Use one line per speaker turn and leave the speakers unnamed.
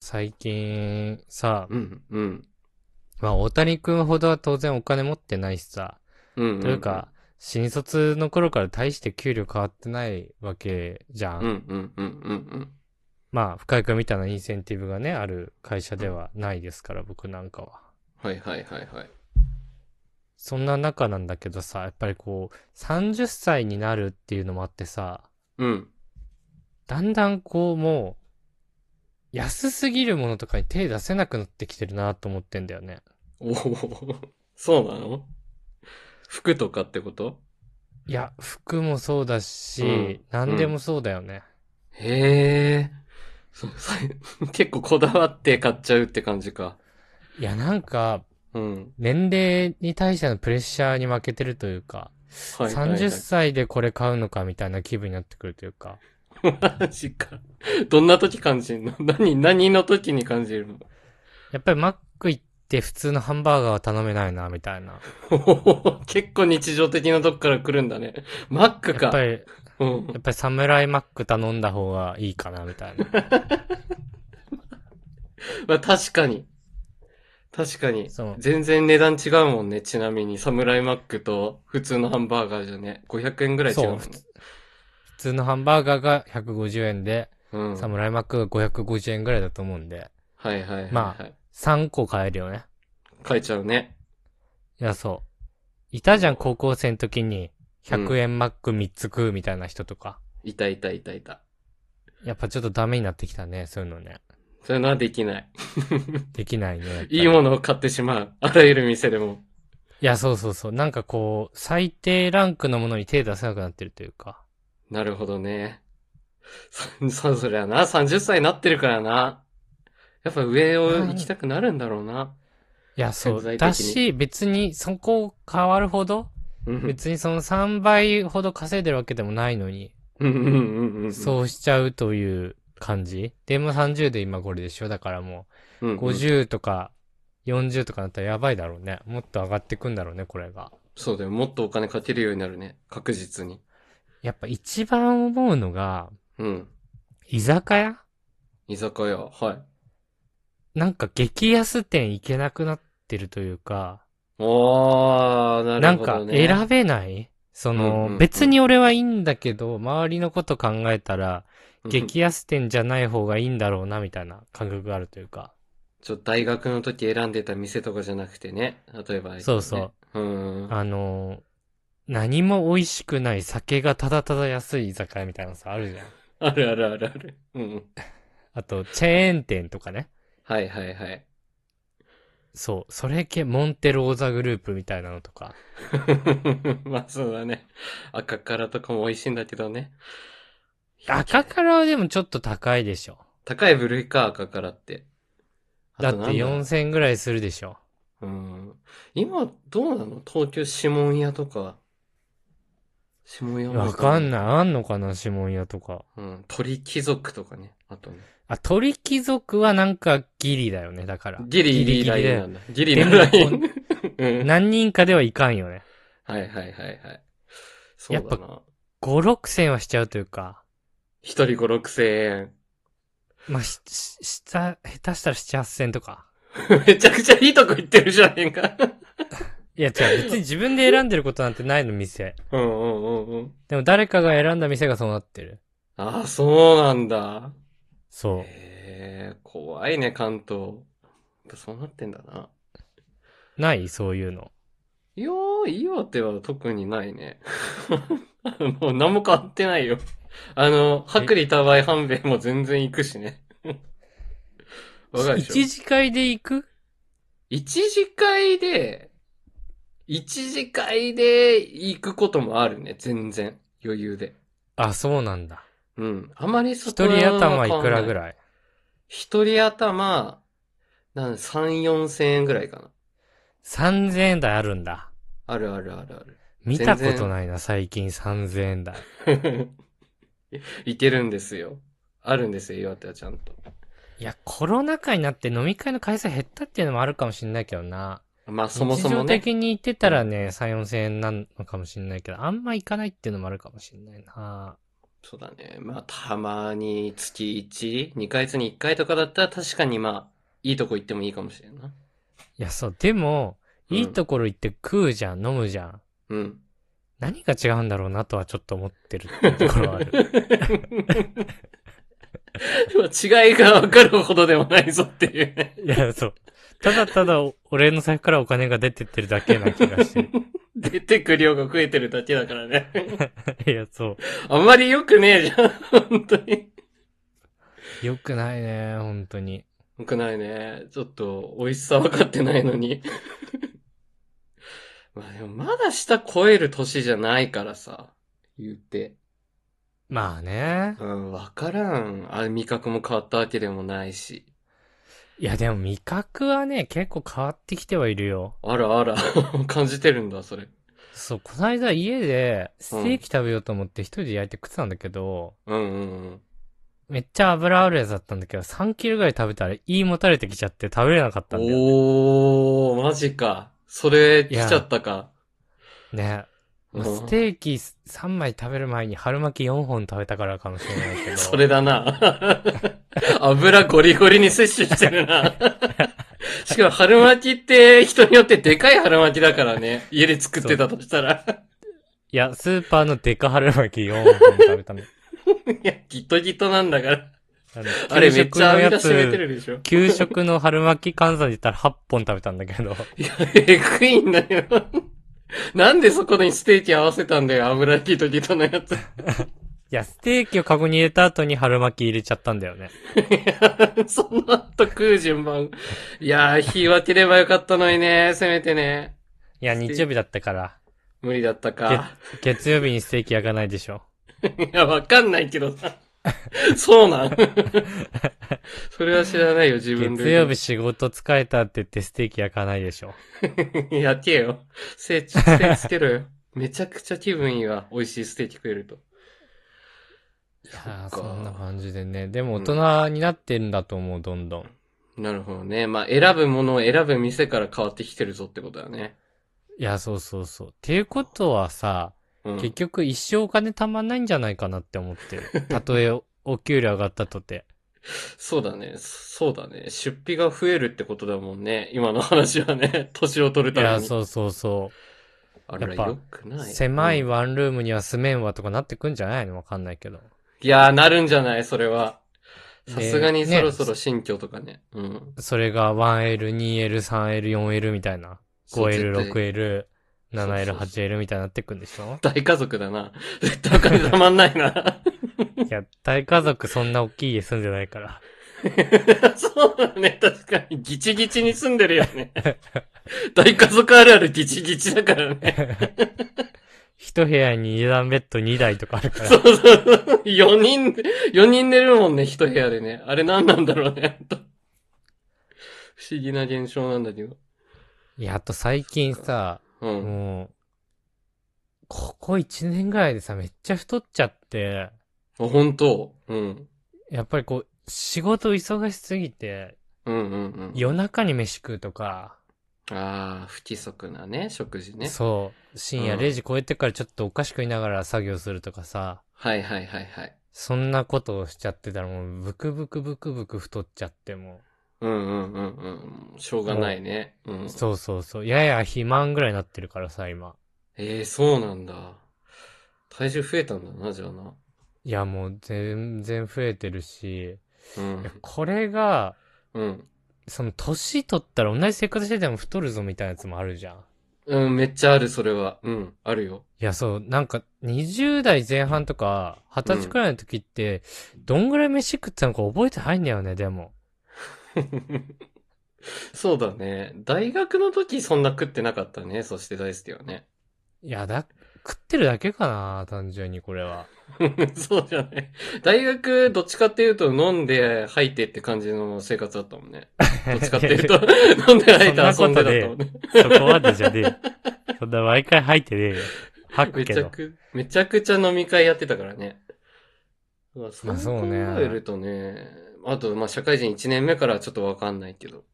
最近、さ、
うん、うん。
まあ、大谷くんほどは当然お金持ってないしさ、
うん、うん。
というか、、新卒の頃から大して給料変わってないわけじゃん。
うん、うん、うん、うん、
まあ、深井くんみたいなインセンティブがね、ある会社ではないですから、僕なんかは。
はいはいはいはい。
そんな中なんだけどさ、やっぱりこう、30歳になるっていうのもあってさ、
うん。
だんだんこうもう、安すぎるものとかに手出せなくなってきてるなと思ってんだよね。
おお、 そうなの服とかってこと
いや、服もそうだし、
うん
何でもそうだよね。
へえ。そう さ結構こだわって買っちゃうって感じか。
いや、なんか、
うん。
年齢に対してのプレッシャーに負けてるというか、
はいはい、はい。
30歳でこれ買うのかみたいな気分になってくるというか、
マジか。どんな時感じるの 何、何の時に感じるの
やっぱりマック行って普通のハンバーガーは頼めないな、みたいな。
おお結構日常的なとこから来るんだね。マック
やっぱ
か。
り、
うん
やっぱりサムライマック頼んだ方がいいかな、みたいな。
まあ確かに。確かに。
そう。
全然値段違うもんね。ちなみに、サムライマックと普通のハンバーガーじゃね。500円ぐらい違うもんね。
そう普通のハンバーガーが150円で、
うん。
サムライマックが550円ぐらいだと思うんで、
はいはいはい、はい。
ま3個買えるよね。
書いちゃうね。
いや、そう。いたじゃん、高校生の時に、100円マック3つ食うみたいな人とか。
いたいたいたいた。
やっぱちょっとダメになってきたね、そういうのね。
そういうのはできない。
できないね。
いいも
の
のを買ってしまう。あらゆる店でも。
いや、そうそうそう。なんかこう、最低ランクのものに手出せなくなってるというか。
なるほどね。 そ、そ、そりゃな、30歳になってるからな。やっぱ上を行きたくなるんだろうな。
いや、そ
潜在
う。
的に
だし、別にそこ変わるほど、
うん。
別にその3倍ほど稼いでるわけでもないのに、
うんうんうんうん。
そうしちゃうという感じ。でも30で今これでしょだからも
うんう
う、
ん。
50とか40とかなったらやばいだろうね。もっと上がってくんだろうね、これが。
そうだよ。もっとお金かけるようになるね。確実に。
やっぱ一番思うのが、
うん。
居酒屋
居酒屋。はい。
なんか激安店行けなくなってるというか、
おー、な
な
る
ん
ほ
か
ど、ね。
選べないそ
うん
の、
うんうん
別に俺はいいんだけど、周りのこと考えたら、激安店じゃない方がいいんだろうな、みたいな感覚があるというか。
ちょ、大学の時選んでた店とかじゃなくてね。例えば、ね。。
そうそう
うん。
あのー、何も美味しくない酒がただただ安い居酒屋みたいなのさ、あるじゃん。
あるあるあるある。うん。
あと、チェーン店とかね。
はいはいはい。
そう。それ系、モンテローザグループみたいなのとか。
まあそうだね。赤からとかも美味しいんだけどね。
赤からはでもちょっと高いでしょ。
高い部類か、赤からって。
だ
あ
って
となん
4000円ぐらいするでしょ。
うん。今、どうなの東京指紋屋とか。指紋屋も
わかん
い。
ない。あんのかな指紋屋とか。
うん。鳥貴族とかね。あとね。
あ、鳥貴族はなんかギリだよね、だから。
ギリギリライン
だ
な
よ
んだ。ギリのライ ン。うん。はい
何人かではいかんよね。
はいはいはい。そう
や
だ
っ
な。
5、6000円はしちゃうというか。
一人五六千円。
まあ、し、しした、下手したら7、8000円とか。
めちゃくちゃいいとこ行ってるじゃねえか。
いや、違う。別に自分で選んでることなんてないの、店。
うんうんうんうん。
でも誰かが選んだ店がそうなってる。
ああ、そうなんだ。
そう。
へえ、怖いね、関東。やっぱそうなってんだな。
ないそういうの。
いやー、岩手は特にないね。 もう何も変わってないよ。あの、薄利多売半兵衛も全然行くしね。わかるでしょ
一次会で行く
一次会で、一次会で行くこともあるね、全然。余裕で。
あ、そうなんだ。
うん。あまりそ
一
こは
人頭いくらぐ
い
らい
一人頭、なん、3、4千円ぐらいかな。
?3000 円台あるんだ。
あるあるあるあ る。
見たことないな、最近3000円台。
いけるんですよ。あるんですよ、岩手はちゃんと。
いや、コロナ禍になって飲み会の回数減ったっていうのもあるかもしんないけどな。
まあ、そもそも
日常
ね。
的に行ってたらね、3、4000円なのかもしんないけど、あんま行かないっていうのもあるかもしんないな。
そうだね。まあ、たまに月1、2ヶ月に1回とかだったら確かにまあ、いいとこ行ってもいいかもしれんな。
いや、そう、でも、
うん
いいところ行って食うじゃん、飲むじゃん。
うん。
何が違うんだろうなとはちょっと思ってるっていうところは ある。
違いがわかるほどでもないぞっていうね。
いや、そう。ただただ、俺の財布からお金が出てってるだけな気がして
出てく量が増えてるだけだからね。
る。いや、そ
あんまり良くねえじゃん。本当に。
う。よくないね、本当に。
良くないね。ちょっと、美味しさ分かってないのに。まあでも、まだ下超える年じゃないからさ。言って。
まあね。
うん、わからん。あれ、味覚も変わったわけでもないし。
いや、でも味覚はね、結構変わってきてはいるよ。
あらあ ら、感じてるんだ、それ。
そう、こないだ家で、ステーキ食べようと思って一人で焼いて食ってたんだけど、
うんうん
めっちゃ油あるやつだったんだけど、3キロぐらい食べたら胃もたれてきちゃって食べれなかっ
う
た
ん。
んだよ
おー、マジか。それ、来ちゃったか。
ね。ね。まあ
う
ス
ん
テーキ3枚食べる前に春巻き4本食べたからかもしれないけど。
それだな。油ゴリゴリに摂取してるな。しかも春巻きって人によってでかい春巻きだからね。家で作ってたとしたら。
いや、スーパーのデカ春巻き4本食べたの。
いや、ギトギトなんだから。
あの
あれめっちゃ網
給
出し
食の
め
や
て
つ、
るでしょ。
給食の春巻き換算で言ったら8本食べたんだけ ど。
いや、えぐいんだよ。なんでそこにステーキ合わせたんだよ、油ギトギトのやつ。
いや、ステーキをカゴに入れた後に春巻き入れちゃったんだよね。
いやその後食う順番。いやー、日分ければよかったのにね、せめてね。
いや、
ステーキ
日曜日だったから、
無理だったか。
月曜日にステーキ焼かないでしょ。
いや、わかんないけどさ。そうなんそれは知らないよ、自分で。
月曜日仕事疲れたって言ってステーキ焼かないでしょ。
日。やけよ。せい、せいつけろよ。めちゃくちゃ気分いいわ。美味しいステーキ食えると。
いやー
そっ
そ
か
んな感じでね。でも大人になってんだと思う、どんどん。
なるほどね。まあ、選ぶものを選ぶ店から変わってきてるぞってことだね。
いや、そうそうそう。っていうことはさ、
うん。
結局一生お金たまんないんじゃないかなって思ってる。 たとえお給料上がったとて。
そうだね。そうだね。出費が増えるってことだもんね。今の話はね。 年を取る
い
ため
や、
に。
そうそうそ
あら、
やっぱ
よく
う。
ない。
狭い
うん
ワンルームには住めんわとかなってくんじゃないのわかんないけど。
いやー、なるんじゃないそれは。
ね
さすがにそろそろ新居とかね。うん。
それが 1L、2L、3L、4L みたいな。5L、
そう絶対
6L、
そ
7L、
うそう
8L みたいになってくんでしょ
大家族だな。 絶対お金たまんない な。
いや、大家族そんな大きい家住んでないから。
そうだね。確かに。ギチギチに住んでるよ ね。大家族あるあるギチギチだからね。
一部屋に2段ベッド2台とかあるか
そ
ら。
うそうそう。4人、4人寝るもんね、一部屋でね。あれ何なんだろうね。ほんと不思議な現象なんだけど。
いや、あと最近さ、
うん。
もう、ここ1年ぐらいでさ、めっちゃ太っちゃって、
あ、本当うん。
やっぱりこう、仕事忙しすぎて、
うんうんうん。
夜中に飯食うとか、
ああ、不規則なね、食事ね。
そう、深夜
うん
0時超えてからちょっとお菓子食いながら作業するとかさ、
はいはいはいはい。
そんなことをしちゃってたらもうブクブクブクブク太っちゃっても
うんうんうんうん。しょうがないね。う
う、
ん。
そうそうそう、やや肥満ぐらいになってるからさ、今。
ええー、そうなんだ。体重増えたんだな、じゃあな。
いや、もう全然増えてるし、
う
いや
ん。
これが、
うん。
その年取ったら同じ生活してても太るぞみたいなやつもあるじゃん。
うん、めっちゃある、それは。うん、あるよ。
いや、そう、なんか、20代前半とか、20歳くらいの時って、どんぐらい飯食ってたのか覚えてないんだよね、でも。
そうだね。大学の時そんな食ってなかったね。そして大好きよね。
いや、だ、食ってるだけかな、単純にこれは。、
そうじゃない。大学、どっちかっていうと飲んで吐いてって感じの生活だったもんね。 どっちかっていうと 飲んで吐いて遊んでだった
そんな
も
こと
んね。
そこまでじゃねえよ。そんな毎回吐いてねえよ。吐く
め
け
ちゃ
ど。
く、めちゃくちゃ飲み会やってたからね。うわそう
まあそうね
考えるとね、あと、まあ、社会人1年目からはちょっとわかんないけど。